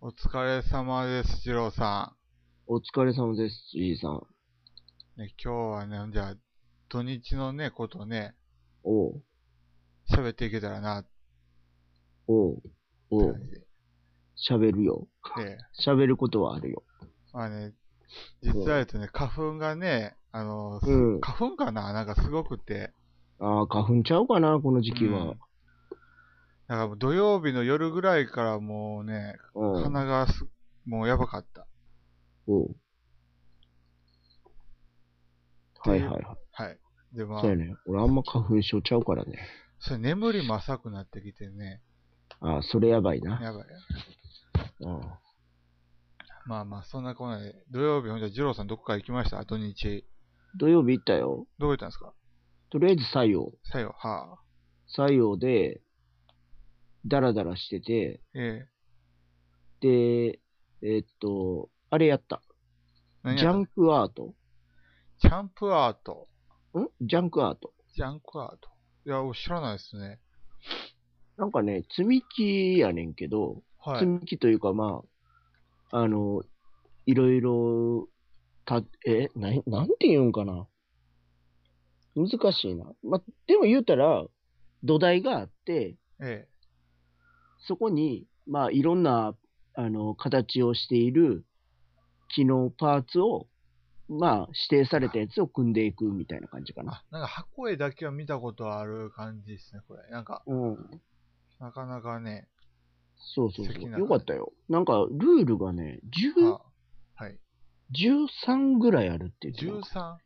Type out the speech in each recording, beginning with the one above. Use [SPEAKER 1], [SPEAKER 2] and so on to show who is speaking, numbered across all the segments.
[SPEAKER 1] お疲れ様です、次郎さ
[SPEAKER 2] お疲れ様です、じいさん。
[SPEAKER 1] ん。ね、今日はね、じゃあ、土日のね、ことね、
[SPEAKER 2] おう、
[SPEAKER 1] 喋っていけたらな、って
[SPEAKER 2] おう、お
[SPEAKER 1] 感
[SPEAKER 2] う、
[SPEAKER 1] じで。
[SPEAKER 2] 喋るよ。
[SPEAKER 1] で
[SPEAKER 2] 喋ることはあるよ。
[SPEAKER 1] まあね、実は言うとね、花粉がね、あの、す
[SPEAKER 2] うん
[SPEAKER 1] 花粉かななんかすごくて。
[SPEAKER 2] ああ、花粉ちゃうかな、この時期
[SPEAKER 1] う
[SPEAKER 2] は
[SPEAKER 1] ん。なんかもう土曜日の夜ぐらいからもうね、
[SPEAKER 2] おう、
[SPEAKER 1] 鼻がす、もうやばかった。
[SPEAKER 2] おう。はいはいはい。
[SPEAKER 1] はい。で、まあ
[SPEAKER 2] そう、やね。俺あんま花粉症ちゃうからね。
[SPEAKER 1] それ眠りも浅くなってきてね、
[SPEAKER 2] ああ、それやばいな。
[SPEAKER 1] やばい。
[SPEAKER 2] あ
[SPEAKER 1] まあまあ、そんなこんなで、土曜日、ほんじゃ、次郎さんどこか行きました土日。
[SPEAKER 2] 土曜日行ったよ。
[SPEAKER 1] どこ行ったんですか
[SPEAKER 2] とりあえず採用。
[SPEAKER 1] さよ、はあ。
[SPEAKER 2] 採用で、ダラダラしてて、
[SPEAKER 1] ええ
[SPEAKER 2] で、えっと、あれやった。
[SPEAKER 1] 何
[SPEAKER 2] ジ
[SPEAKER 1] や
[SPEAKER 2] ャ
[SPEAKER 1] った
[SPEAKER 2] ンクアート。
[SPEAKER 1] ジャンプアート。
[SPEAKER 2] んジャンクアート。
[SPEAKER 1] ジャンクアート。いや、俺知らないですね。
[SPEAKER 2] なんかね、積み木やねんけど、
[SPEAKER 1] はい。
[SPEAKER 2] 積み木というか、まあ、あの、いろいろ、た、え、なん、なんて言うんかな。難しいな。まあ、でも言うたら、土台があって、
[SPEAKER 1] ええ。
[SPEAKER 2] そこに、まあ、いろんな、あの、形をしている木のパーツを、まあ、指定されたやつを組んでいくみたいな感じかな。
[SPEAKER 1] あ、なんか箱絵だけは見たことある感じですね、これ。なんか、
[SPEAKER 2] うん。
[SPEAKER 1] なかなかね。
[SPEAKER 2] そうそうそ
[SPEAKER 1] 素敵な
[SPEAKER 2] う。よかったよ。なんか、ルールがね、10
[SPEAKER 1] はあ、はい。
[SPEAKER 2] 13ぐらいあるって言ってたのか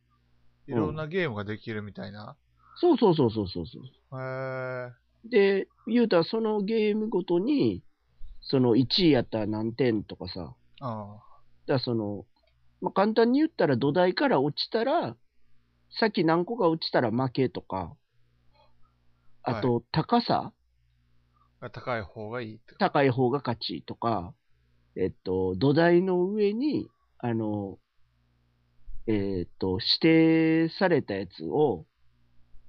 [SPEAKER 1] 13? いろんなゲームができるみたいな。
[SPEAKER 2] そうそうそうそうそうそう。
[SPEAKER 1] へえ
[SPEAKER 2] で、言うたらそのゲームごとに、その1位やったら何点とかさ、だか
[SPEAKER 1] あ
[SPEAKER 2] らその、まあ、簡単に言ったら土台から落ちたら、さっき何個か落ちたら負けとか、あと高さ、
[SPEAKER 1] あ。高い方がいいって。
[SPEAKER 2] 高い方が勝ちとか、えっと、土台の上に、あの、えっと、指定されたやつを、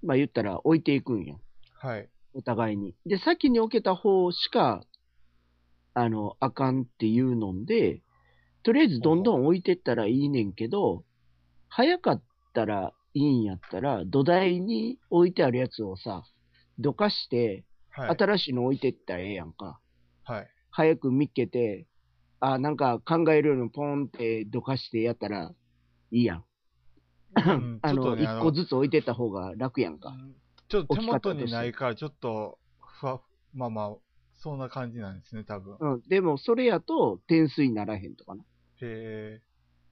[SPEAKER 2] まあ言ったら置いていくんや。
[SPEAKER 1] はい。
[SPEAKER 2] お互いに。で、先に置けた方しか、あの、あかんっていうので、とりあえずどんどん置いてったらいいねんけど、早かったらいいんやったら、土台に置いてあるやつをさ、どかして、
[SPEAKER 1] はい。
[SPEAKER 2] 新しいの置いてったらええやんか。
[SPEAKER 1] はい。
[SPEAKER 2] 早く見っけて、あ、なんか考えるのポンってどかしてやったらいいやん。
[SPEAKER 1] うん
[SPEAKER 2] あの、一、
[SPEAKER 1] あ
[SPEAKER 2] 個ずつ置いてった方が楽やんか。
[SPEAKER 1] ちょっと手元
[SPEAKER 2] 置き方と
[SPEAKER 1] に
[SPEAKER 2] して
[SPEAKER 1] ないから、ちょっと、ふわ、まあまあ、そんな感じなんですね、多分。
[SPEAKER 2] うん。でも、それやと点数にならへんとかな。
[SPEAKER 1] へえ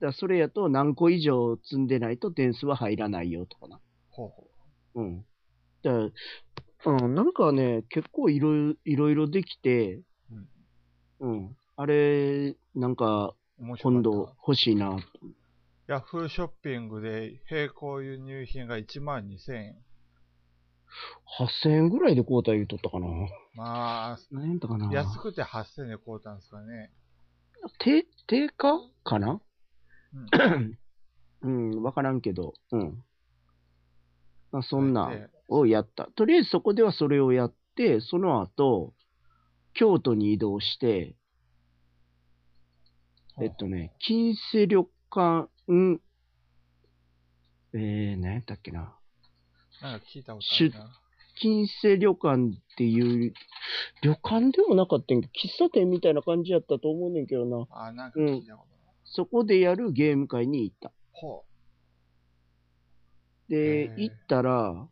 [SPEAKER 2] だからそれやと何個以上積んでないと点数は入らないよとかな。
[SPEAKER 1] ほうほ
[SPEAKER 2] うん。だからうん、なんかね、結構いろいろ、いろいろできて、うん。あれ、なんか、
[SPEAKER 1] う。面白か
[SPEAKER 2] 今
[SPEAKER 1] った
[SPEAKER 2] 度欲しいな。
[SPEAKER 1] ヤフーショッピングで並行輸入品が1万2000円。
[SPEAKER 2] 8000円ぐらいで交代言うとったかな。
[SPEAKER 1] ま
[SPEAKER 2] 何円とかな
[SPEAKER 1] あ、。安くて8000円で買うたんですかね。
[SPEAKER 2] 定、定価かな
[SPEAKER 1] うん、
[SPEAKER 2] うん、わからんけど、うん。まあ、 そんな
[SPEAKER 1] で
[SPEAKER 2] をやった。とりあえずそこではそれをやって、その後、京都に移動して、えっとね、金星旅館、えー、何やったっけな。
[SPEAKER 1] なんか聞いたことあるな。
[SPEAKER 2] 金星旅館っていう、旅館でもなかったんやけど、喫茶店みたいな感じやったと思うねんけどな。
[SPEAKER 1] あ、なんか聞いたことある。
[SPEAKER 2] そこでやるゲーム会に行った。
[SPEAKER 1] ほ
[SPEAKER 2] で、
[SPEAKER 1] へー
[SPEAKER 2] 行ったら、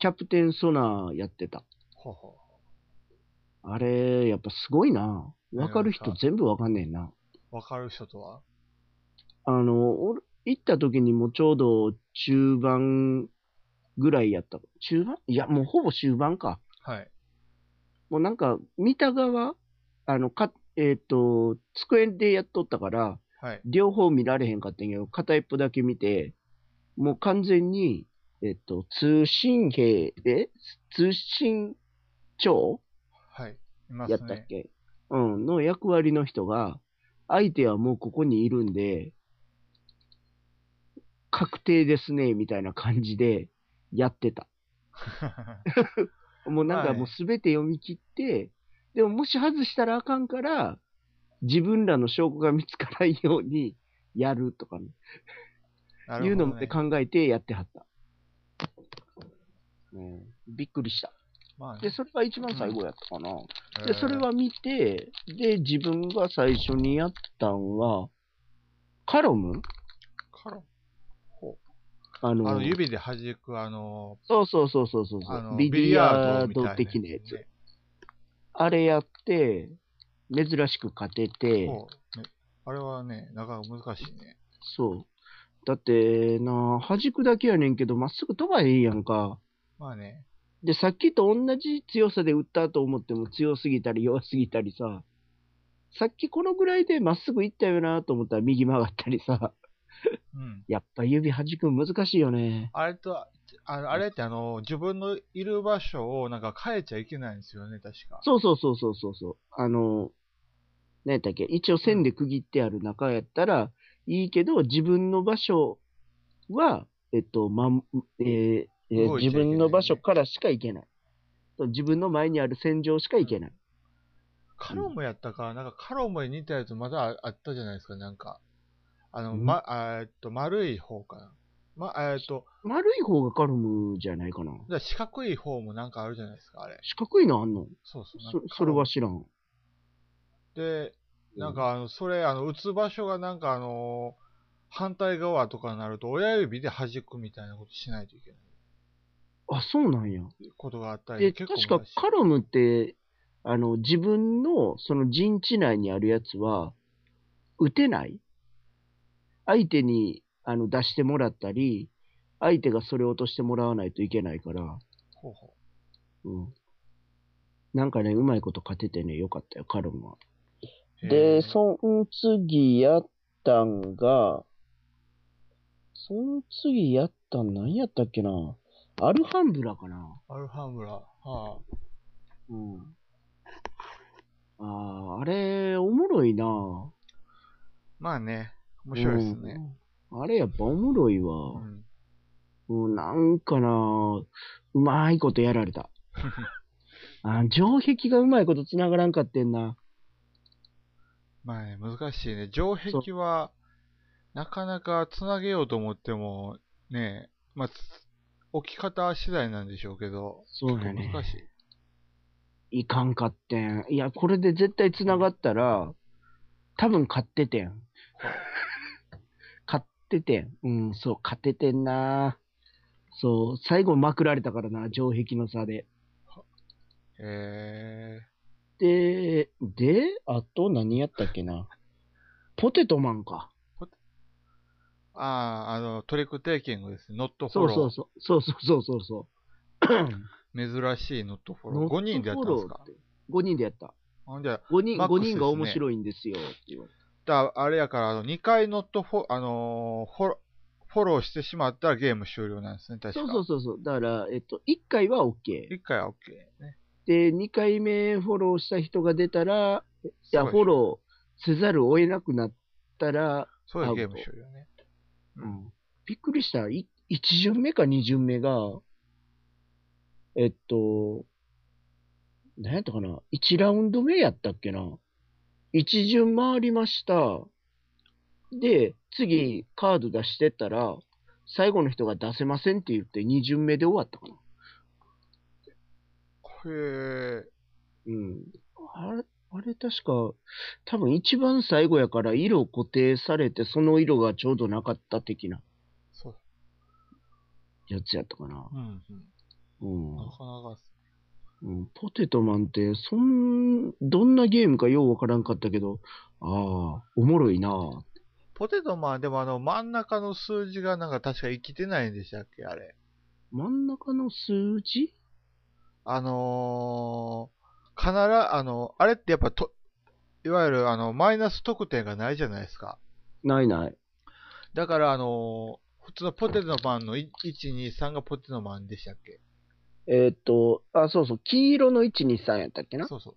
[SPEAKER 2] キャプテンソナーやってた。
[SPEAKER 1] う、ほうほ
[SPEAKER 2] あれ、やっぱすごいな。わかる人全部わかんねえな。
[SPEAKER 1] う。わかる人とは
[SPEAKER 2] あの、俺、行った時にもちょうど中盤ぐらいやった。中盤いや、もうほぼ終盤か。
[SPEAKER 1] はい。
[SPEAKER 2] もうなんか、見た側、あの、か、えっ、と、机でやっとったから、
[SPEAKER 1] はい。
[SPEAKER 2] 両方見られへんかったんやけど、片一方だけ見て、もう完全に、えっ、と、通信兵、え通信長
[SPEAKER 1] はい。いま
[SPEAKER 2] や
[SPEAKER 1] す
[SPEAKER 2] ったっ
[SPEAKER 1] ね。
[SPEAKER 2] け、うん、の役割の人が、相手はもうここにいるんで、確定ですね、みたいな感じでやってた。もうなん
[SPEAKER 1] は
[SPEAKER 2] か
[SPEAKER 1] い
[SPEAKER 2] もうすべて読み切って、でももし外したらあかんから、自分らの証拠が見つからんようにやるとかね。
[SPEAKER 1] なる
[SPEAKER 2] いう
[SPEAKER 1] ほ
[SPEAKER 2] の
[SPEAKER 1] ど
[SPEAKER 2] も
[SPEAKER 1] ね。
[SPEAKER 2] 考えてやってはった。うん、びっくりした。
[SPEAKER 1] まあ
[SPEAKER 2] で、
[SPEAKER 1] ね
[SPEAKER 2] それが一番最後やったかな。
[SPEAKER 1] え
[SPEAKER 2] で、
[SPEAKER 1] ー
[SPEAKER 2] それは見て、で、自分が最初にやったんは、カロム
[SPEAKER 1] から
[SPEAKER 2] あの
[SPEAKER 1] あの指で弾く、あの、
[SPEAKER 2] そうそうそうそうそう
[SPEAKER 1] あ
[SPEAKER 2] そう、
[SPEAKER 1] の
[SPEAKER 2] ビリヤード
[SPEAKER 1] ビ
[SPEAKER 2] 的
[SPEAKER 1] リ
[SPEAKER 2] な
[SPEAKER 1] ヤー
[SPEAKER 2] や
[SPEAKER 1] ドみたいな
[SPEAKER 2] つ。あれやって、珍しく勝てて、
[SPEAKER 1] そうねあれはね、なかなか難しいね。
[SPEAKER 2] そう。だってな、弾くだけやねんけど、まっすぐ飛ばへんやんか。
[SPEAKER 1] まあね、
[SPEAKER 2] で、さっきと同じ強さで打ったと思っても強すぎたり弱すぎたりさ、さっきこのぐらいでまっすぐ行ったよなと思ったら右曲がったりさ、
[SPEAKER 1] うん。
[SPEAKER 2] やっぱ指弾くん難しいよね。
[SPEAKER 1] あれと、あのあれってあの、自分のいる場所をなんか変えちゃいけないんですよね、確か。
[SPEAKER 2] そうそうそうそうそうそう。あの、何やったっけ、一応線で区切ってある中やったらいいけど、自分の場所は、えっと、まん、えーえー
[SPEAKER 1] 動いちゃいけないね
[SPEAKER 2] 自分の場所からしか行けない。そう自分の前にある線上しか行けない。
[SPEAKER 1] カロムやったか、なんかカロムに似たやつまだああったじゃないですか、なんか。あの、
[SPEAKER 2] うん
[SPEAKER 1] ま、あえっと、丸い方かな。ま、えっと、
[SPEAKER 2] 丸い方がカルムじゃないかな。
[SPEAKER 1] じゃあ四角い方もなんかあるじゃないですか、あれ。
[SPEAKER 2] 四角いのあんの
[SPEAKER 1] そうそう。なん
[SPEAKER 2] そ
[SPEAKER 1] か
[SPEAKER 2] それは知らん。
[SPEAKER 1] で、なんかあの、それ、あの、打つ場所がなんかあの、反対側とかになると、親指で弾くみたいなことしないといけない
[SPEAKER 2] あ、そうなんや。
[SPEAKER 1] ことがあった
[SPEAKER 2] で、
[SPEAKER 1] り、
[SPEAKER 2] 確
[SPEAKER 1] 結構
[SPEAKER 2] か
[SPEAKER 1] 難しい
[SPEAKER 2] カロムって、あの、自分のその陣地内にあるやつは、撃てない相手にあの出してもらったり、相手がそれを落としてもらわないといけないから、
[SPEAKER 1] ほうほ
[SPEAKER 2] うん。なんかね、うまいこと勝ててね、よかったよ、カロムは。
[SPEAKER 1] うへ
[SPEAKER 2] で、
[SPEAKER 1] ー
[SPEAKER 2] そん次やったんが、そん次やったん何やったっけなアルハンブラかな
[SPEAKER 1] アルハンブラ。はあ。
[SPEAKER 2] うん。ああ、あれ、おもろいな面
[SPEAKER 1] まあね、面白いですね。。
[SPEAKER 2] うんあれやっぱおもろいうわ。
[SPEAKER 1] ん。
[SPEAKER 2] うん、なんかなうまいことやら れた。あー城壁がうまいこと繋がらんかってんな。
[SPEAKER 1] まあね、難しいね。城壁は、なかなかつなげようと思っても、ね、まあ、つ置き方次第なんでしょうけど、
[SPEAKER 2] そうだね
[SPEAKER 1] 結構難しい。
[SPEAKER 2] いかんかってん。いや、これで絶対繋がったら、多分勝っててん。勝っててん。うん、そう、勝っててんなそう、最後まくられたからな、城壁の差で。
[SPEAKER 1] へ
[SPEAKER 2] で、で、あと何やったっ けな。ポテトマンか。
[SPEAKER 1] ー。ああ、あの、トリックテイキングですね。ノットフ
[SPEAKER 2] そ
[SPEAKER 1] ォ
[SPEAKER 2] う
[SPEAKER 1] ロー。
[SPEAKER 2] そうそう。そうそうそうそう。
[SPEAKER 1] 珍しいノットフォロ
[SPEAKER 2] ノッ
[SPEAKER 1] ー。
[SPEAKER 2] ト
[SPEAKER 1] 5人でやったんです
[SPEAKER 2] フォロ
[SPEAKER 1] か
[SPEAKER 2] ーって。5人でやった。
[SPEAKER 1] ほんじゃ、
[SPEAKER 2] 5人、
[SPEAKER 1] マッ
[SPEAKER 2] 五
[SPEAKER 1] クスです
[SPEAKER 2] 人
[SPEAKER 1] ね
[SPEAKER 2] が面白いんですよって言われて。
[SPEAKER 1] だあれやから、あの2回ノットフォ,、あのーフォローフォローしてしまったらゲーム終了なんですね、確か。
[SPEAKER 2] そうそうそうそう。だから、えっと、1回は OK。
[SPEAKER 1] 1回は OK ね。
[SPEAKER 2] で、2回目フォローした人が出たら、い
[SPEAKER 1] そうで
[SPEAKER 2] や、
[SPEAKER 1] しょ
[SPEAKER 2] フォローせざるを得なくなったら、
[SPEAKER 1] そういうゲーム終了ね。
[SPEAKER 2] うんびっくりした。い1巡目か2巡目が、えっと、何やったかな ?1 ラウンド目やったっけな ?1 巡回りました。で、次カード出してったら、最後の人が出せませんって言って2巡目で終わったかな
[SPEAKER 1] へえ。
[SPEAKER 2] うん。あれ、あれ確か、多分一番最後やから色固定されてその色がちょうどなかった的な
[SPEAKER 1] そう。
[SPEAKER 2] やつやったかな。
[SPEAKER 1] うん、
[SPEAKER 2] うん
[SPEAKER 1] な。かなかっす。
[SPEAKER 2] うんポテトマンって、そん、どんなゲームかようわからんかったけど、ああ、おもろいなぁ
[SPEAKER 1] ポテトマン、でもあの、真ん中の数字がなんか確か生きてないんでしたっけ、あれ。
[SPEAKER 2] 真ん中の数字
[SPEAKER 1] あのー、必ず、あの、あれってやっぱと、いわゆるあの、マイナス得点がないじゃないですか。
[SPEAKER 2] ないない。
[SPEAKER 1] だから、あのー普通のポテトマンのい1、2、3がポテトマンでしたっけ
[SPEAKER 2] えーっと、あ、そうそう、黄色の123やったっけな。
[SPEAKER 1] そうそ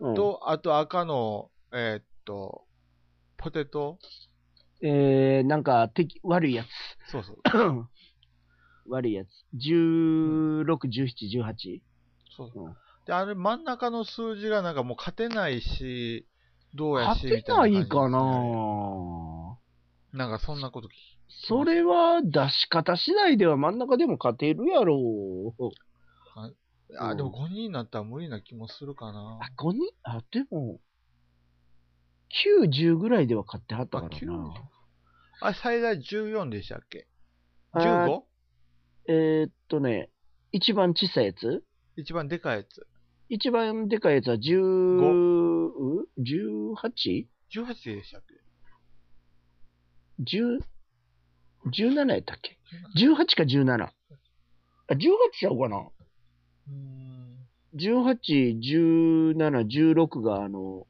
[SPEAKER 1] う。
[SPEAKER 2] うん
[SPEAKER 1] と、あと赤の、えーっと、ポテト
[SPEAKER 2] えー、なんか、敵、悪いやつ。
[SPEAKER 1] そう そう。
[SPEAKER 2] 悪いやつ。16、17、18。
[SPEAKER 1] そう
[SPEAKER 2] うん
[SPEAKER 1] で、あれ真ん中の数字がなんかもう勝てないし、どうや
[SPEAKER 2] 勝
[SPEAKER 1] し、
[SPEAKER 2] て
[SPEAKER 1] みた
[SPEAKER 2] ないい
[SPEAKER 1] な
[SPEAKER 2] か
[SPEAKER 1] 感
[SPEAKER 2] な
[SPEAKER 1] じですねなんかそんなこと聞き
[SPEAKER 2] それは出し方次第では真ん中でも勝てるやろう。う
[SPEAKER 1] あ、
[SPEAKER 2] ん
[SPEAKER 1] でも5人になったら無理な気もするかな。
[SPEAKER 2] あ、5人あ、でも、9、10ぐらいでは勝ってはったからな。
[SPEAKER 1] あ、最大14でしたっけ
[SPEAKER 2] あー
[SPEAKER 1] ?15?
[SPEAKER 2] えーっとね、一番小さいやつ
[SPEAKER 1] 一番でかいやつ。
[SPEAKER 2] 一番でかいやつは10、18?17
[SPEAKER 1] 18でしたっけ
[SPEAKER 2] やったっけ ?18 か17。あ、18ちゃうかな
[SPEAKER 1] うーん。
[SPEAKER 2] 18、17、16があの、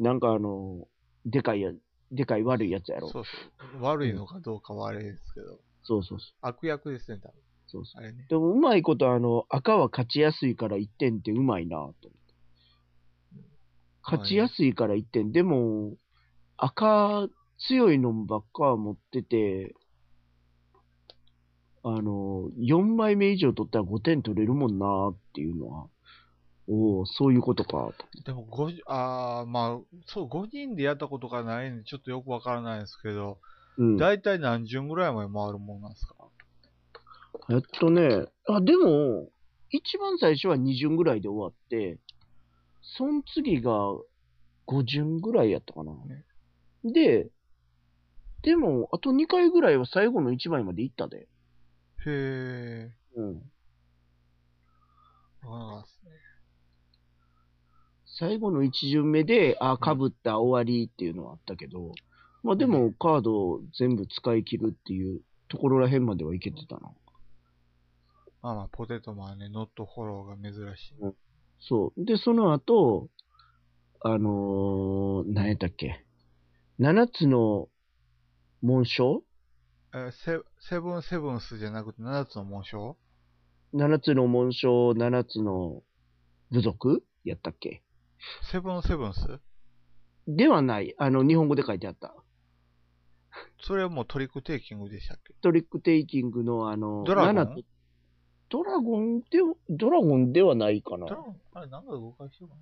[SPEAKER 2] なんかあの、でかいや、でかい悪いやつやろ。
[SPEAKER 1] そうそう。悪いのかどうかはあれですけど。
[SPEAKER 2] そうそうそう。
[SPEAKER 1] 悪役ですね、多分。
[SPEAKER 2] そうそう
[SPEAKER 1] あれね。
[SPEAKER 2] でもうまいことあの、赤は勝ちやすいから1点ってうまいなと思って。勝ちやすいから1点。でも、赤強いのばっか持ってて、あの、4枚目以上取ったら5点取れるもんなっていうのは、おおそういうことかと。
[SPEAKER 1] でも、5、あーまあ、そう、5人でやったことがないんで、ちょっとよくわからないんですけど、
[SPEAKER 2] うん。
[SPEAKER 1] だいたい何巡ぐらいまで回るもんなんですか
[SPEAKER 2] えっとね、あ、でも、一番最初は2巡ぐらいで終わって、その次が5巡ぐらいやったかな。
[SPEAKER 1] ね
[SPEAKER 2] で、でも、あと2回ぐらいは最後の1枚まで行ったで。
[SPEAKER 1] へ
[SPEAKER 2] うん。
[SPEAKER 1] ー。わからなかったですね。
[SPEAKER 2] 最後の1巡目で、あ、かぶった、終わりっていうのはあったけど、まあでも、カードを全部使い切るっていうところら辺まではいけてたな。
[SPEAKER 1] まあまあ、ポテトマンね、ノットフォローが珍しい。
[SPEAKER 2] そう。で、その後、あのー、何やったっけ。七つの紋章
[SPEAKER 1] えーセセブンセブンスじゃなくて7つの紋章
[SPEAKER 2] 七つの紋章、七つの部族やったっけ
[SPEAKER 1] セブンセブンス
[SPEAKER 2] ではない。あの、日本語で書いてあった。
[SPEAKER 1] それはもうトリックテイキングでしたっけ
[SPEAKER 2] トリックテイキングのあの、
[SPEAKER 1] ドラゴン
[SPEAKER 2] 七つドラゴンで、ドラゴンではないか
[SPEAKER 1] ドラ
[SPEAKER 2] な。
[SPEAKER 1] ゴンあれ、なんか動かしてるか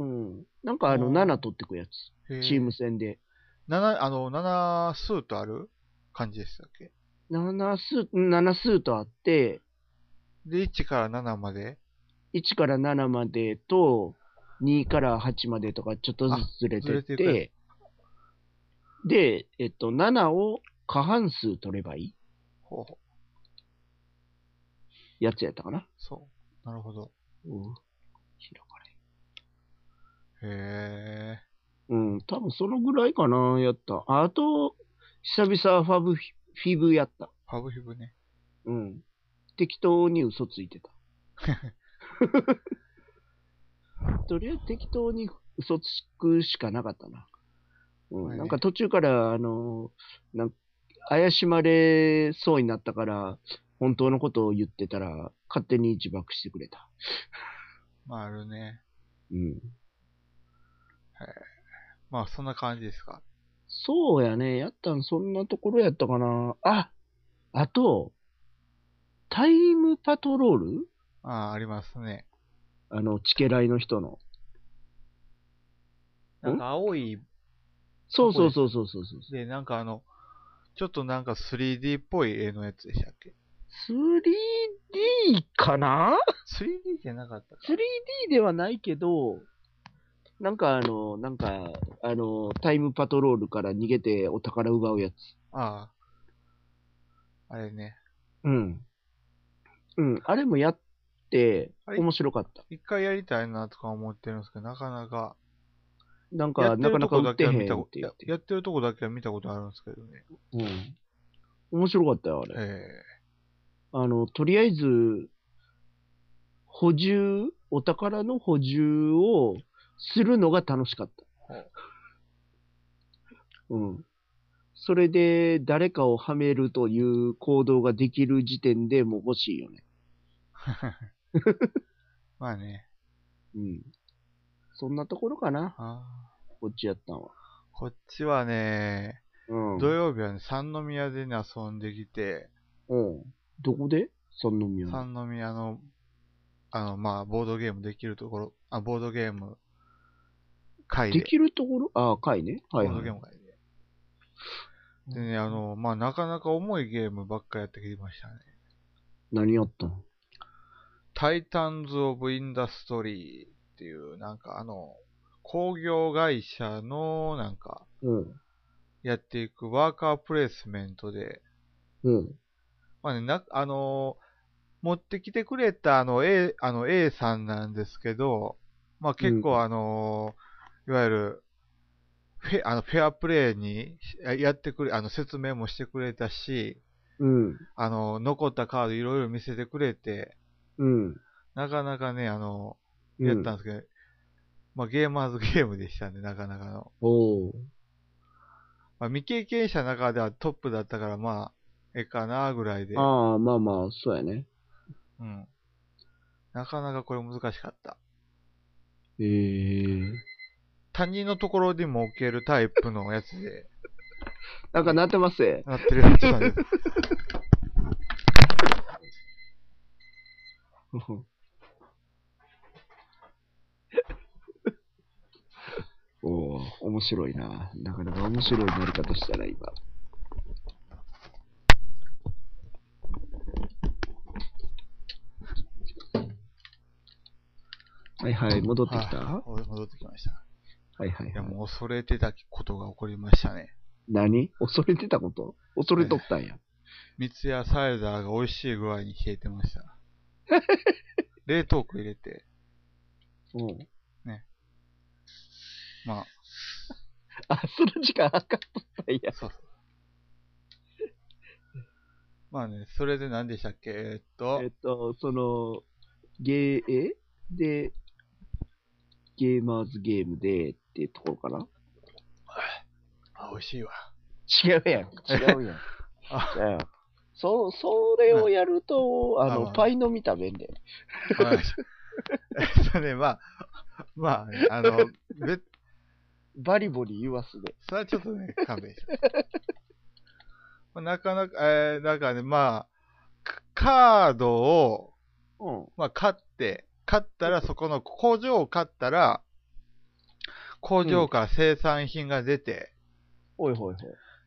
[SPEAKER 2] うん。なんかあの、
[SPEAKER 1] うん
[SPEAKER 2] 七取ってくやつ。
[SPEAKER 1] なへ
[SPEAKER 2] チーム戦で。
[SPEAKER 1] 7、あの、7スーとある感じでしたっけ
[SPEAKER 2] 七数、七数とあって、
[SPEAKER 1] で、1から7まで
[SPEAKER 2] 1から7までと、2から8までとかちょっとずつずれてって、
[SPEAKER 1] あずれて
[SPEAKER 2] で、えっと、7を過半数取ればいい
[SPEAKER 1] ほうほう。
[SPEAKER 2] やつやったかな。
[SPEAKER 1] そう。なるほど。
[SPEAKER 2] うん。広がれ
[SPEAKER 1] へ
[SPEAKER 2] うん、多分そのぐらいかな、やった。ああと、久々ファブフィブやった。
[SPEAKER 1] ー。ハブヒブね。
[SPEAKER 2] うん。適当に嘘つい てた。とりあえず適当に嘘つくしかなかったな。うん。
[SPEAKER 1] はい
[SPEAKER 2] なんか途中から、あの、なん怪しまれそうになったから、本当のことを言ってたら、勝手に自爆してくれた。
[SPEAKER 1] まあ、あるね。
[SPEAKER 2] うん。
[SPEAKER 1] まあ、そんな感じですか。
[SPEAKER 2] そうやね。やったん、そんなところやったかな。あ、あと、タイムパトロール
[SPEAKER 1] ああ、ありますね。
[SPEAKER 2] あの、チケライの人の。
[SPEAKER 1] なんか青い、
[SPEAKER 2] そうそうそうそうそうそう。
[SPEAKER 1] で、なんかあの、ちょっとなんか 3D っぽい絵のやつでしたっけ
[SPEAKER 2] 3D かな
[SPEAKER 1] ?3D じゃなかったか。
[SPEAKER 2] ?3D ではないけど、なんかあの、なんか、あの、タイムパトロールから逃げてお宝奪うやつ。
[SPEAKER 1] ああ。あれね。
[SPEAKER 2] うん。うん、あれもやって、
[SPEAKER 1] あれ
[SPEAKER 2] 面白かった。
[SPEAKER 1] 一回やりたいなとか思ってるんですけど、なかなか。
[SPEAKER 2] なん
[SPEAKER 1] や
[SPEAKER 2] か、
[SPEAKER 1] って
[SPEAKER 2] な
[SPEAKER 1] る
[SPEAKER 2] か
[SPEAKER 1] と
[SPEAKER 2] なか
[SPEAKER 1] こ
[SPEAKER 2] 売っ
[SPEAKER 1] だ
[SPEAKER 2] て
[SPEAKER 1] け
[SPEAKER 2] へ
[SPEAKER 1] は
[SPEAKER 2] ん
[SPEAKER 1] 見た
[SPEAKER 2] っ
[SPEAKER 1] こと
[SPEAKER 2] て言
[SPEAKER 1] や
[SPEAKER 2] っ、て。
[SPEAKER 1] やってるとこだけは見たことあるんですけどね。
[SPEAKER 2] うん。面白かったよ、あれ。
[SPEAKER 1] え
[SPEAKER 2] あの、とりあえず、補充、お宝の補充をするのが楽しかった
[SPEAKER 1] はい。
[SPEAKER 2] うん。それで、誰かをはめるという行動ができる時点でもう欲しいよね。
[SPEAKER 1] えまあね。
[SPEAKER 2] うん。そんなところかな、
[SPEAKER 1] あー
[SPEAKER 2] こっちやったんは。
[SPEAKER 1] こっちはね、
[SPEAKER 2] うん。
[SPEAKER 1] 土曜日はね、三宮でね、遊んできて、
[SPEAKER 2] うん。どこで三宮の。
[SPEAKER 1] 三宮の、あの、まあ、ボードゲームできるところ、あ、ボードゲーム回で。
[SPEAKER 2] できるところああ、回ね。はい、
[SPEAKER 1] ボード
[SPEAKER 2] は
[SPEAKER 1] ゲー
[SPEAKER 2] い。
[SPEAKER 1] ム会で。でね、あの、まあ、なかなか重いゲームばっかやってきましたね。
[SPEAKER 2] 何やったの
[SPEAKER 1] タイタンズ・オブ・インダストリーっていう、なんかあの、工業会社の、なんか、
[SPEAKER 2] うん。
[SPEAKER 1] やっていくワーカープレイスメントで、
[SPEAKER 2] うん。
[SPEAKER 1] まあね、な、あのー持ってきてくれたあの A、あの A さんなんですけど、まあ結
[SPEAKER 2] う
[SPEAKER 1] 構あのーいわゆる、フェ、あの、フェアプレイにややってくれ、あの、説明もしてくれたし、
[SPEAKER 2] うん。
[SPEAKER 1] あの、残ったカードいろいろ見せてくれて、
[SPEAKER 2] うん。
[SPEAKER 1] なかなかね、あの、
[SPEAKER 2] うん
[SPEAKER 1] やったんですけど、まあゲーマーズゲームでしたね、なかなかの。
[SPEAKER 2] おー
[SPEAKER 1] まあ未経験者の中ではトップだったから、まあ、ええかな、ぐらいで。
[SPEAKER 2] ああ、まあまあ、そうやね。
[SPEAKER 1] うん。なかなかこれ難しかった。
[SPEAKER 2] ええ
[SPEAKER 1] 他人のところにも置けるタイプのやつで、
[SPEAKER 2] なんかなってま すね
[SPEAKER 1] なってるやつなんです。
[SPEAKER 2] おお面白いな。なかなか面白いなり方したな、今。はいはい、 戻ってきた。
[SPEAKER 1] は
[SPEAKER 2] はい
[SPEAKER 1] 戻ってきました。
[SPEAKER 2] いはいはい
[SPEAKER 1] いや、もう恐れてたことが起こりましたね。
[SPEAKER 2] 何恐れてたこと恐れとったんや。
[SPEAKER 1] 三ツ矢サイダーが美味しい具合に冷えてま した。冷凍庫入れて、
[SPEAKER 2] うん。
[SPEAKER 1] まあ、
[SPEAKER 2] あ、その時間あかんとったんや。
[SPEAKER 1] そうそう。まあね、それで何でしたっけえーっと
[SPEAKER 2] えっ、と、その、ゲー、えで、ゲーマーズゲームでっていうところかな
[SPEAKER 1] あ、美味しいわ。
[SPEAKER 2] 違うやん。違うやん。
[SPEAKER 1] あ
[SPEAKER 2] だよそ、それをやると、あ
[SPEAKER 1] あ
[SPEAKER 2] の、パイの見た目で。
[SPEAKER 1] わかりましたえっとね、まあ、まあね、あの、別
[SPEAKER 2] バリボリ言わすで。
[SPEAKER 1] それはちょっとね、勘弁して。まあなかなか、えー、なんかね、まあ、カカードを、
[SPEAKER 2] うん。
[SPEAKER 1] まあ、買って、買ったら、そこの工場を買ったら、工場から生産品が出て、
[SPEAKER 2] おいほい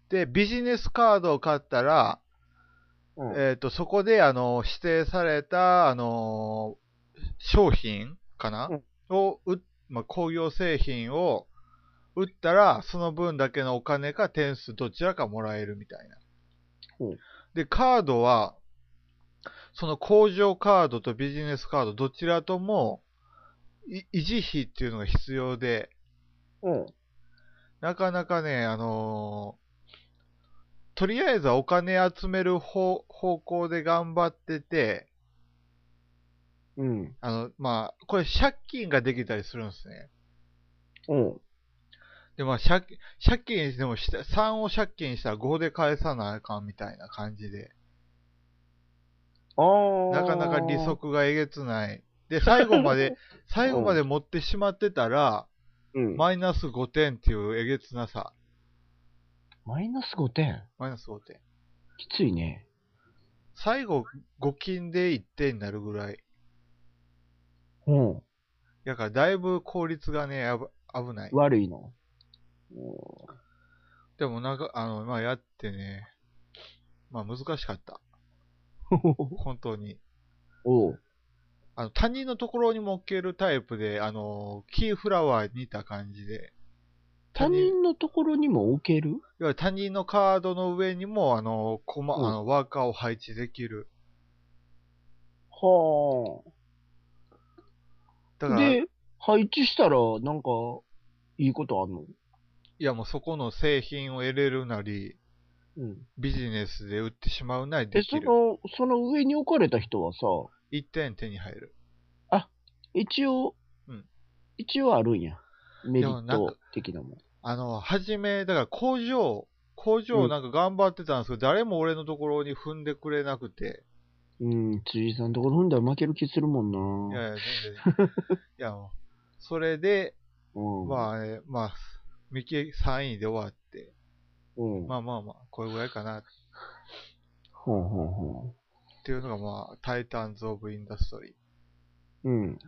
[SPEAKER 1] で、ビジネスカードを買ったら、
[SPEAKER 2] ほい。うん。
[SPEAKER 1] えっ、と、そこで、あの、指定された、あのー商品かな、
[SPEAKER 2] うん
[SPEAKER 1] を売っ、まあ、工業製品を売ったら、その分だけのお金か点数どちらかもらえるみたいな
[SPEAKER 2] ほう。
[SPEAKER 1] で、カードは、その工場カードとビジネスカードどちらとも、い維持費っていうのが必要で、
[SPEAKER 2] うん。
[SPEAKER 1] なかなかね、あのーとりあえずはお金集める方方向で頑張ってて、
[SPEAKER 2] うん。
[SPEAKER 1] あの、まあ、これ借金ができたりするんですね。
[SPEAKER 2] うん。
[SPEAKER 1] で、まあ、借金借金してもして、3を借金したら5で返さなあかんみたいな感じで、
[SPEAKER 2] あー
[SPEAKER 1] なかなか利。息がえげつない。で、最後まで、最後まで持ってしまってたら、
[SPEAKER 2] うん。
[SPEAKER 1] マイナス5点っていうえげつなさ。
[SPEAKER 2] マイナス5点。
[SPEAKER 1] マイナス5点。
[SPEAKER 2] きついね。
[SPEAKER 1] 最後、5金で1点になるぐらい。
[SPEAKER 2] うん。
[SPEAKER 1] だから、だいぶ効率がね、あぶ危ない。
[SPEAKER 2] 悪いの。うん
[SPEAKER 1] でも、なんか、あの、まあ、やってね、まあ、難しか った。本当に。
[SPEAKER 2] おう。
[SPEAKER 1] あの、他人のところにも置けるタイプで、あの、キーフラワーに似た感じで、
[SPEAKER 2] 他人のところにも置ける
[SPEAKER 1] いわゆる他人のカードの上にも、あの、コマ、
[SPEAKER 2] うん
[SPEAKER 1] あの、ワーカーを配置できる。
[SPEAKER 2] は
[SPEAKER 1] だ
[SPEAKER 2] あ。
[SPEAKER 1] から、い
[SPEAKER 2] で、配置したら、なんか、いいことあんの
[SPEAKER 1] やもうそこの製品を得れるなり、
[SPEAKER 2] うん。
[SPEAKER 1] ビジネスで売ってしまうなり
[SPEAKER 2] え、
[SPEAKER 1] で
[SPEAKER 2] そ
[SPEAKER 1] きる。
[SPEAKER 2] の、その上に置かれた人はさ、
[SPEAKER 1] 1点手に入る。
[SPEAKER 2] 一応、
[SPEAKER 1] うん
[SPEAKER 2] 一応あるんや。メリ
[SPEAKER 1] で
[SPEAKER 2] ッ
[SPEAKER 1] もなん
[SPEAKER 2] ト
[SPEAKER 1] か
[SPEAKER 2] 的なもん。
[SPEAKER 1] あの、はじめ、だから工場、工
[SPEAKER 2] う
[SPEAKER 1] 場
[SPEAKER 2] ん
[SPEAKER 1] なんか頑張ってたんですけど、誰も俺のところに踏んでくれなくて、
[SPEAKER 2] うん、辻井さんのところ踏んだら負ける気するもん
[SPEAKER 1] い
[SPEAKER 2] な。
[SPEAKER 1] やいや、全然。いや、もうそれで、
[SPEAKER 2] うん。
[SPEAKER 1] まあ、ね、まあ、未経3位で終わって、
[SPEAKER 2] うん。
[SPEAKER 1] まあまあまあ、これぐらいかなっ
[SPEAKER 2] ほうほうほ
[SPEAKER 1] ていうのが、まあ、タイタンズ・オブ・インダストリー。
[SPEAKER 2] う。うん。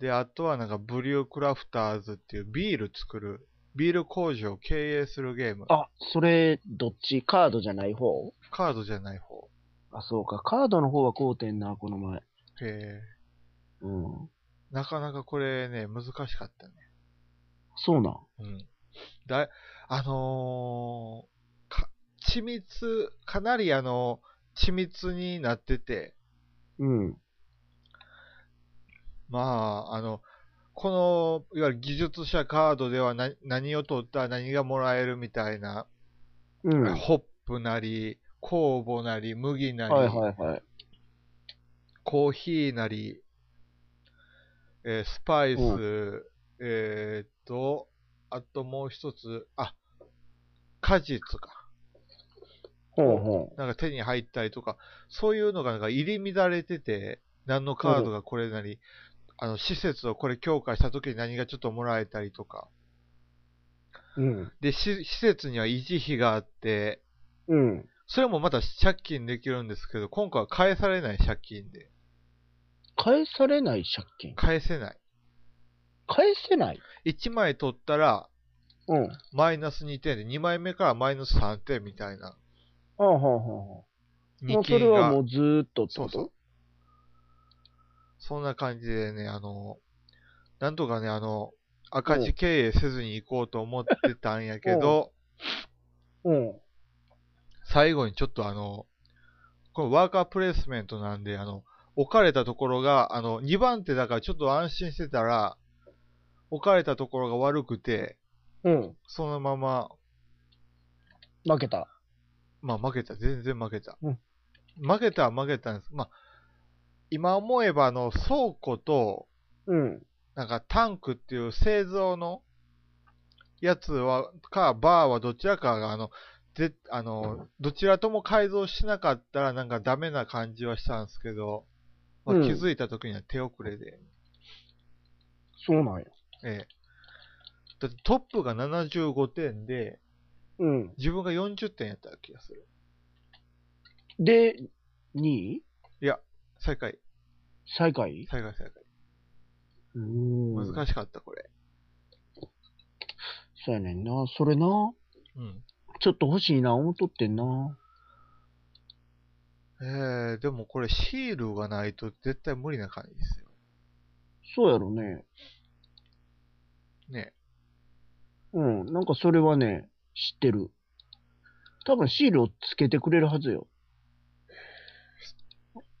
[SPEAKER 1] で、あとはなんか、ブリュークラフターズっていうビール作る、ビール工場を経営するゲーム。
[SPEAKER 2] あ、それ、どっちカードじゃない方
[SPEAKER 1] カードじゃない方。
[SPEAKER 2] あ、そうか。カードの方は買うてんな、この前。
[SPEAKER 1] え
[SPEAKER 2] うん。
[SPEAKER 1] ー、なかなかこれね、難しかったね。
[SPEAKER 2] そうなん。
[SPEAKER 1] うん。だい、あのーか、緻密、かなりあの、緻密になってて、
[SPEAKER 2] うん。
[SPEAKER 1] まあ、あの、この、いわゆる技術者カードでは何何を取ったら何がもらえるみたいな、
[SPEAKER 2] うん。はい
[SPEAKER 1] ホップなり、酵母なり、麦なり、
[SPEAKER 2] はいはい。
[SPEAKER 1] コーヒーなり、えースパイス、
[SPEAKER 2] う
[SPEAKER 1] えーっと、あともう一つ、あ、果実か。
[SPEAKER 2] ほうほ
[SPEAKER 1] なんか手に入ったりとか、そういうのがなんか入り乱れてて、何のカードがこれなり、あの、施設をこれ強化した時に何がちょっともらえたりとか。
[SPEAKER 2] う。うん。
[SPEAKER 1] で、し施設には維持費があって、
[SPEAKER 2] うん。
[SPEAKER 1] それもまた借金できるんですけど、今回は返されない借金で。
[SPEAKER 2] 返されない借金。
[SPEAKER 1] 返せない。
[SPEAKER 2] 返せない
[SPEAKER 1] 1枚取ったら、
[SPEAKER 2] うん。
[SPEAKER 1] マイナス2点で、2枚目からマイナス3点みたいな。
[SPEAKER 2] ああ、はあ、はあ。も
[SPEAKER 1] 2
[SPEAKER 2] うそれ
[SPEAKER 1] 金
[SPEAKER 2] は
[SPEAKER 1] が
[SPEAKER 2] も。うずーっとって
[SPEAKER 1] そ
[SPEAKER 2] こ
[SPEAKER 1] うそう
[SPEAKER 2] と。
[SPEAKER 1] そんな感じでね、あの、なんとかね、あの、赤字経営せずに行こうと思ってたんやけど、
[SPEAKER 2] うん。
[SPEAKER 1] 最後にちょっとあの、このワーカープレイスメントなんで、あの、置かれたところが、あの、2番手だからちょっと安心してたら、置かれたところが悪くて、
[SPEAKER 2] うん。
[SPEAKER 1] そのまま、
[SPEAKER 2] 負けた。
[SPEAKER 1] まあ負けた、全然負けた。
[SPEAKER 2] うん
[SPEAKER 1] 負けたは負けたんです。まあ、今思えばあの、倉庫と、
[SPEAKER 2] うん。
[SPEAKER 1] なんかタンクっていう製造のやつは、か、バーはどちらかが、あの、ぜあの、どちらとも改造しなかったらなんかダメな感じはしたんですけど、まあ、
[SPEAKER 2] うん
[SPEAKER 1] 気づいた時には手遅れで、
[SPEAKER 2] そうなんや。
[SPEAKER 1] ええ。だってトップが75点で、
[SPEAKER 2] うん。
[SPEAKER 1] 自分が40点やった気がする。
[SPEAKER 2] で、2位
[SPEAKER 1] 最下位、
[SPEAKER 2] 最下位
[SPEAKER 1] 最下位、最
[SPEAKER 2] うーん。
[SPEAKER 1] 下位。難しかった、これ。
[SPEAKER 2] そうやねんな。それな。
[SPEAKER 1] うん。
[SPEAKER 2] ちょっと欲しいな、思っとってんな。
[SPEAKER 1] ええでもこれシールがないと絶対無理な感じですよ。
[SPEAKER 2] そうやろね。
[SPEAKER 1] ね。
[SPEAKER 2] うん。なんかそれはね、知ってる。多分シールをつけてくれるはずよ。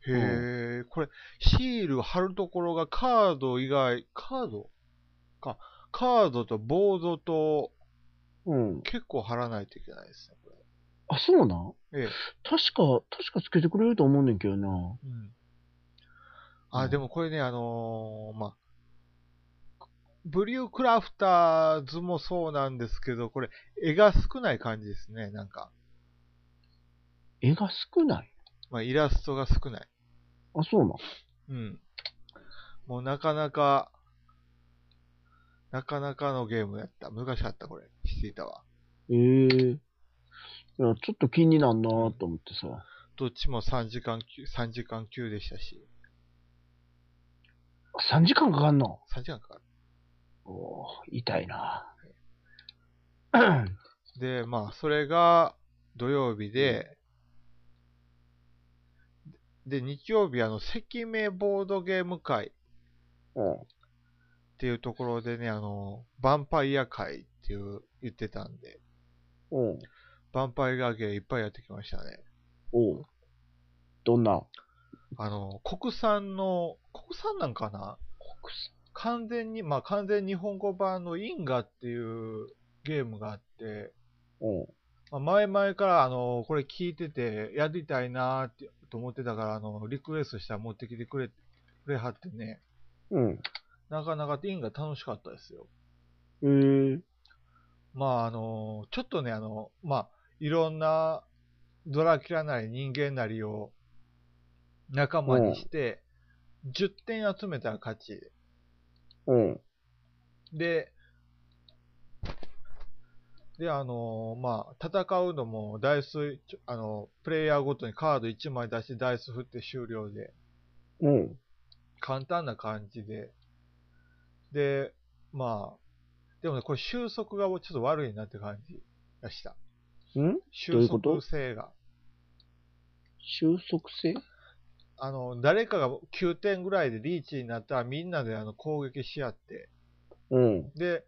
[SPEAKER 1] へえ、これ、シール貼るところがカード以外、カードか。カードとボードと
[SPEAKER 2] うん。
[SPEAKER 1] 結構貼らないといけないですね、こ
[SPEAKER 2] あ、そうなん
[SPEAKER 1] れ。ええ。
[SPEAKER 2] 確か、確かつけてくれると思うねんけどな。
[SPEAKER 1] うん。あ、
[SPEAKER 2] うん
[SPEAKER 1] でもこれね、あのーまあ、ブリュークラフターズもそうなんですけど、これ、絵が少ない感じですね、なんか。
[SPEAKER 2] 絵が少ない。
[SPEAKER 1] まあ、イラストが少ない。
[SPEAKER 2] あ、そうなん。
[SPEAKER 1] うん。もうなかなか、なかなかのゲームやった。難しかった、これ。していたわ。
[SPEAKER 2] ええいや、ちょっと気になんなーと思ってさ。
[SPEAKER 1] どっちも3時間級、3時間級でしたし、
[SPEAKER 2] あ3時間かかんの
[SPEAKER 1] 3時間かか
[SPEAKER 2] おー痛いな
[SPEAKER 1] る。で、まあ、それが土曜日で、で、日曜日、あの、赤名ボードゲーム会っ
[SPEAKER 2] うん。
[SPEAKER 1] ていうところでね、あの、ヴァンパイア会っていう、言ってたんで、
[SPEAKER 2] う
[SPEAKER 1] ヴ
[SPEAKER 2] ん。
[SPEAKER 1] ァンパイアゲーいっぱいやってきましたね。
[SPEAKER 2] おうどんな
[SPEAKER 1] あの、国産の、国産なんかな完全に、まあ、完全日本語版のインガっていうゲームがあって、
[SPEAKER 2] うん。
[SPEAKER 1] まあ、前々から、あの、これ聞いてて、やりたいなーって、と思ってたから、あの、リクエストしたら持ってきてくれ、くれはってね、
[SPEAKER 2] うん。
[SPEAKER 1] なかなかインガ楽しかったですよ。
[SPEAKER 2] えー、
[SPEAKER 1] まあ、あの、ちょっとね、あの、まあ、いろんなドラキュラなり人間なりを仲間にして、10点集めたら勝ち。
[SPEAKER 2] うん。
[SPEAKER 1] で、で、あのーまあ、戦うのも、ダイス、ちょあの、プレイヤーごとにカード1枚出して、ダイス振って終了で、
[SPEAKER 2] うん。
[SPEAKER 1] 簡単な感じで、で、まあ、でもね、これ収束がちょっと悪いなって感じがした。
[SPEAKER 2] んうい
[SPEAKER 1] 収
[SPEAKER 2] うこと
[SPEAKER 1] 束性が。
[SPEAKER 2] 収束性
[SPEAKER 1] あの、誰かが9点ぐらいでリーチになったらみんなであの攻撃し合って、
[SPEAKER 2] うん。
[SPEAKER 1] で、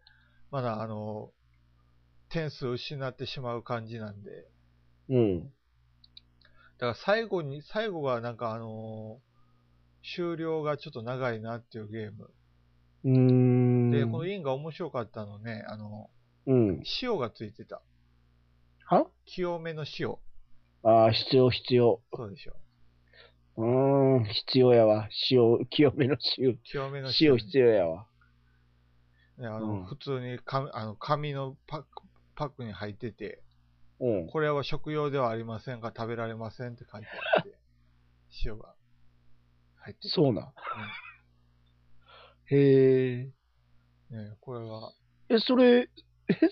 [SPEAKER 1] まだあの、点数失ってしまう感じなんで。
[SPEAKER 2] うん。
[SPEAKER 1] だから最後に、最後がなんかあのー終了がちょっと長いなっていうゲーム。
[SPEAKER 2] うーん。
[SPEAKER 1] で、このインが面白かったのね、あの、
[SPEAKER 2] うん。
[SPEAKER 1] 塩がついてた。
[SPEAKER 2] は
[SPEAKER 1] 清めの塩。
[SPEAKER 2] ああ、必要、必要。
[SPEAKER 1] そうでしょ。
[SPEAKER 2] うーん、必要やわ。塩、清めの塩。
[SPEAKER 1] 清めの
[SPEAKER 2] 塩必要やわ。
[SPEAKER 1] ねあの、
[SPEAKER 2] うん
[SPEAKER 1] 普通に紙あの紙のパックパックに入ってて、
[SPEAKER 2] うん。
[SPEAKER 1] これは食用ではありませんが食べられませんって書いてあって、 塩が入ってて
[SPEAKER 2] そうなん。へえ。
[SPEAKER 1] ね、これは
[SPEAKER 2] え、それ、え、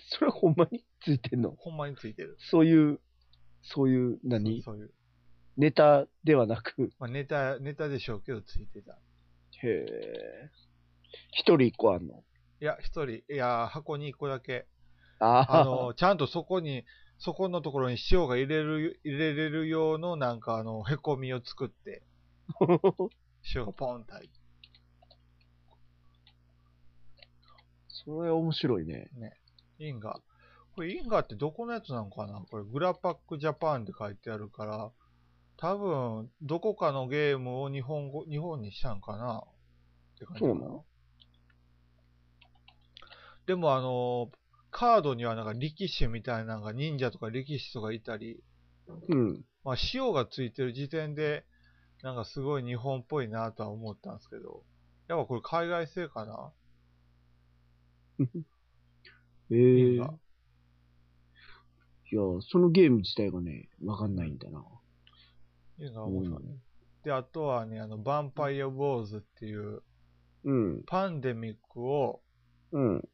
[SPEAKER 2] それほんまについてんの
[SPEAKER 1] ほんまについてる。
[SPEAKER 2] そういう、そういう、何
[SPEAKER 1] そうそういう、
[SPEAKER 2] ネタではなく。
[SPEAKER 1] まあ、ネタ、ネタでしょうけどついてた。
[SPEAKER 2] へえ。一人一個あんの
[SPEAKER 1] いや、一人、いや、箱に一個だ け。
[SPEAKER 2] ああ
[SPEAKER 1] あの、ちゃんとそこに、そこのところに塩が入れる、入れれるようのなんかあの、へこみを作 って、塩がポンって入って。
[SPEAKER 2] それ面白いね。
[SPEAKER 1] インガ。これインガってどこのやつなのかなこれグラパックジャパンって書いてあるから、多分、どこかのゲームを日本語、日本にしたんかなって感じか
[SPEAKER 2] そうなの
[SPEAKER 1] でもあの、カードにはなんか力士みたいなのが忍者とか力士とかいたり、
[SPEAKER 2] うん。
[SPEAKER 1] まあ、塩がついてる時点で、なんかすごい日本っぽいなとは思ったんですけど、やっぱこれ海外製かな、
[SPEAKER 2] へ
[SPEAKER 1] 瓶
[SPEAKER 2] え。いや
[SPEAKER 1] が、
[SPEAKER 2] そのゲーム自体がね、わかんないんだな。
[SPEAKER 1] いうのが面白いね。で、あとはね、あの、ヴァンパイア・ウォーズっていう、
[SPEAKER 2] うん。
[SPEAKER 1] パンデミックを、
[SPEAKER 2] うん。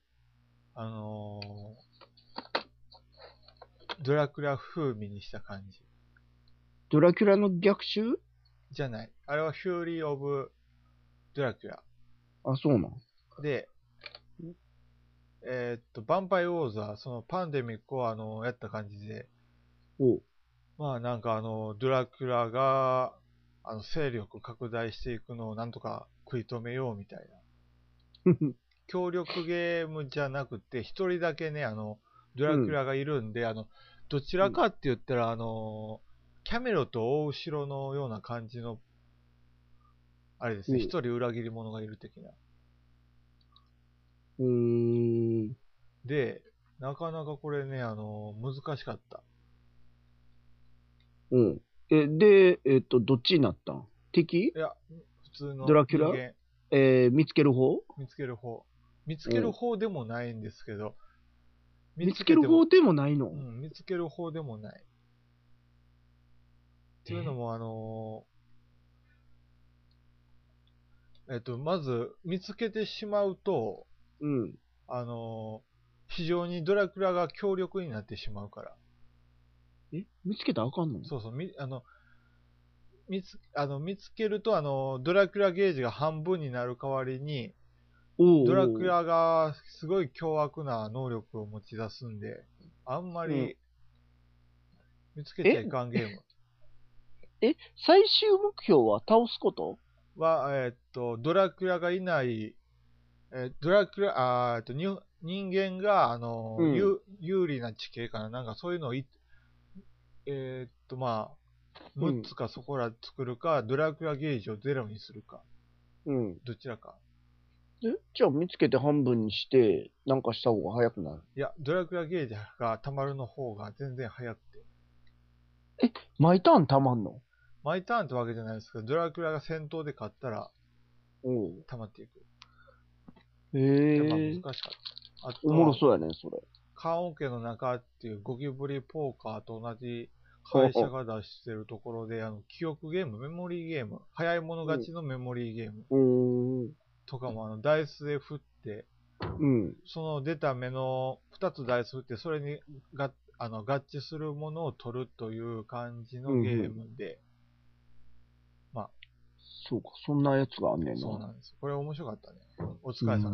[SPEAKER 1] あのードラクラ風味にした感じ。
[SPEAKER 2] ドラキュラの逆襲
[SPEAKER 1] じゃない。あれはフューリー・オブ・ドラキュラ。
[SPEAKER 2] あ、そうなん。
[SPEAKER 1] で、えーっと、ヴァンパイア・ウォーズは、そのパンデミックを、あのやった感じで、
[SPEAKER 2] お う。
[SPEAKER 1] まあなんかあの、ドラキュラが、あの、勢力拡大していくのをなんとか食い止めようみたいな。協力ゲームじゃなくて、一人だけね、あの、ドラキュラがいるんで、あの、どちらかって言ったら、あの、キャメロと大後ろのような感じの、あれですね、
[SPEAKER 2] うん
[SPEAKER 1] 一人裏切り者がいる的な。
[SPEAKER 2] うーん。
[SPEAKER 1] で、なかなかこれね、あの、難しかった。
[SPEAKER 2] うん。え、で、えっと、どっちになったん敵
[SPEAKER 1] いや、普通の
[SPEAKER 2] ドラキュラ
[SPEAKER 1] 人間
[SPEAKER 2] えー見つける方
[SPEAKER 1] 見つける方。見つける方でもないんですけど、
[SPEAKER 2] 見つける
[SPEAKER 1] ても
[SPEAKER 2] 方でもないの、
[SPEAKER 1] うん、見つける方でもない。っていうのも、あのーえっと、まず、見つけてしまうと、
[SPEAKER 2] うん。
[SPEAKER 1] あのー非常にドラクラが強力になってしまうから。
[SPEAKER 2] え見つけたらあかんの
[SPEAKER 1] そうそう、みあの、見つ、あの、見つけると、あの、ドラクラゲージが半分になる代わりに、
[SPEAKER 2] おうおう
[SPEAKER 1] ドラクラがすごい凶悪な能力を持ち出すんで、あんま
[SPEAKER 2] うん
[SPEAKER 1] り見つけちゃいかんゲーム
[SPEAKER 2] え最終目標は倒すこと
[SPEAKER 1] は、えーっと、ドラクラがいない、えードラクラ、あーえーっとに人間が、あの、
[SPEAKER 2] うん
[SPEAKER 1] 有有利な地形かな、なんかそういうのをい、えーっと、まあ、
[SPEAKER 2] うん
[SPEAKER 1] 6つかそこら作るか、ドラクラゲージをゼロにするか、
[SPEAKER 2] うん。
[SPEAKER 1] どちらか。
[SPEAKER 2] えじゃあ見つけて半分にして、なんかした方が早くなる。
[SPEAKER 1] いや、ドラクラゲージが溜まるの方が全然早くて。
[SPEAKER 2] 毎ターンたまんの
[SPEAKER 1] 毎ターンってわけじゃないですけど、ドラクラが戦闘で勝ったら
[SPEAKER 2] お
[SPEAKER 1] 溜まっていく。
[SPEAKER 2] へ
[SPEAKER 1] やっぱ
[SPEAKER 2] え
[SPEAKER 1] 難し。かった。あと
[SPEAKER 2] おもろ
[SPEAKER 1] は、
[SPEAKER 2] そうやね、それ。
[SPEAKER 1] カオン家の中っていうゴキブリポーカーと同じ会社が出してるところで、あの、記憶ゲーム、メモリーゲーム、早い者勝ちのメモリーゲーム
[SPEAKER 2] うん。
[SPEAKER 1] とかも、あの、ダイスで振って、
[SPEAKER 2] うん。
[SPEAKER 1] その出た目の2つダイス振って、それにがあの合致するものを取るという感じのゲームで、
[SPEAKER 2] そうか、そんなやつがあんねんな。
[SPEAKER 1] そうなんです。これ面白かったね。お疲れ様でした。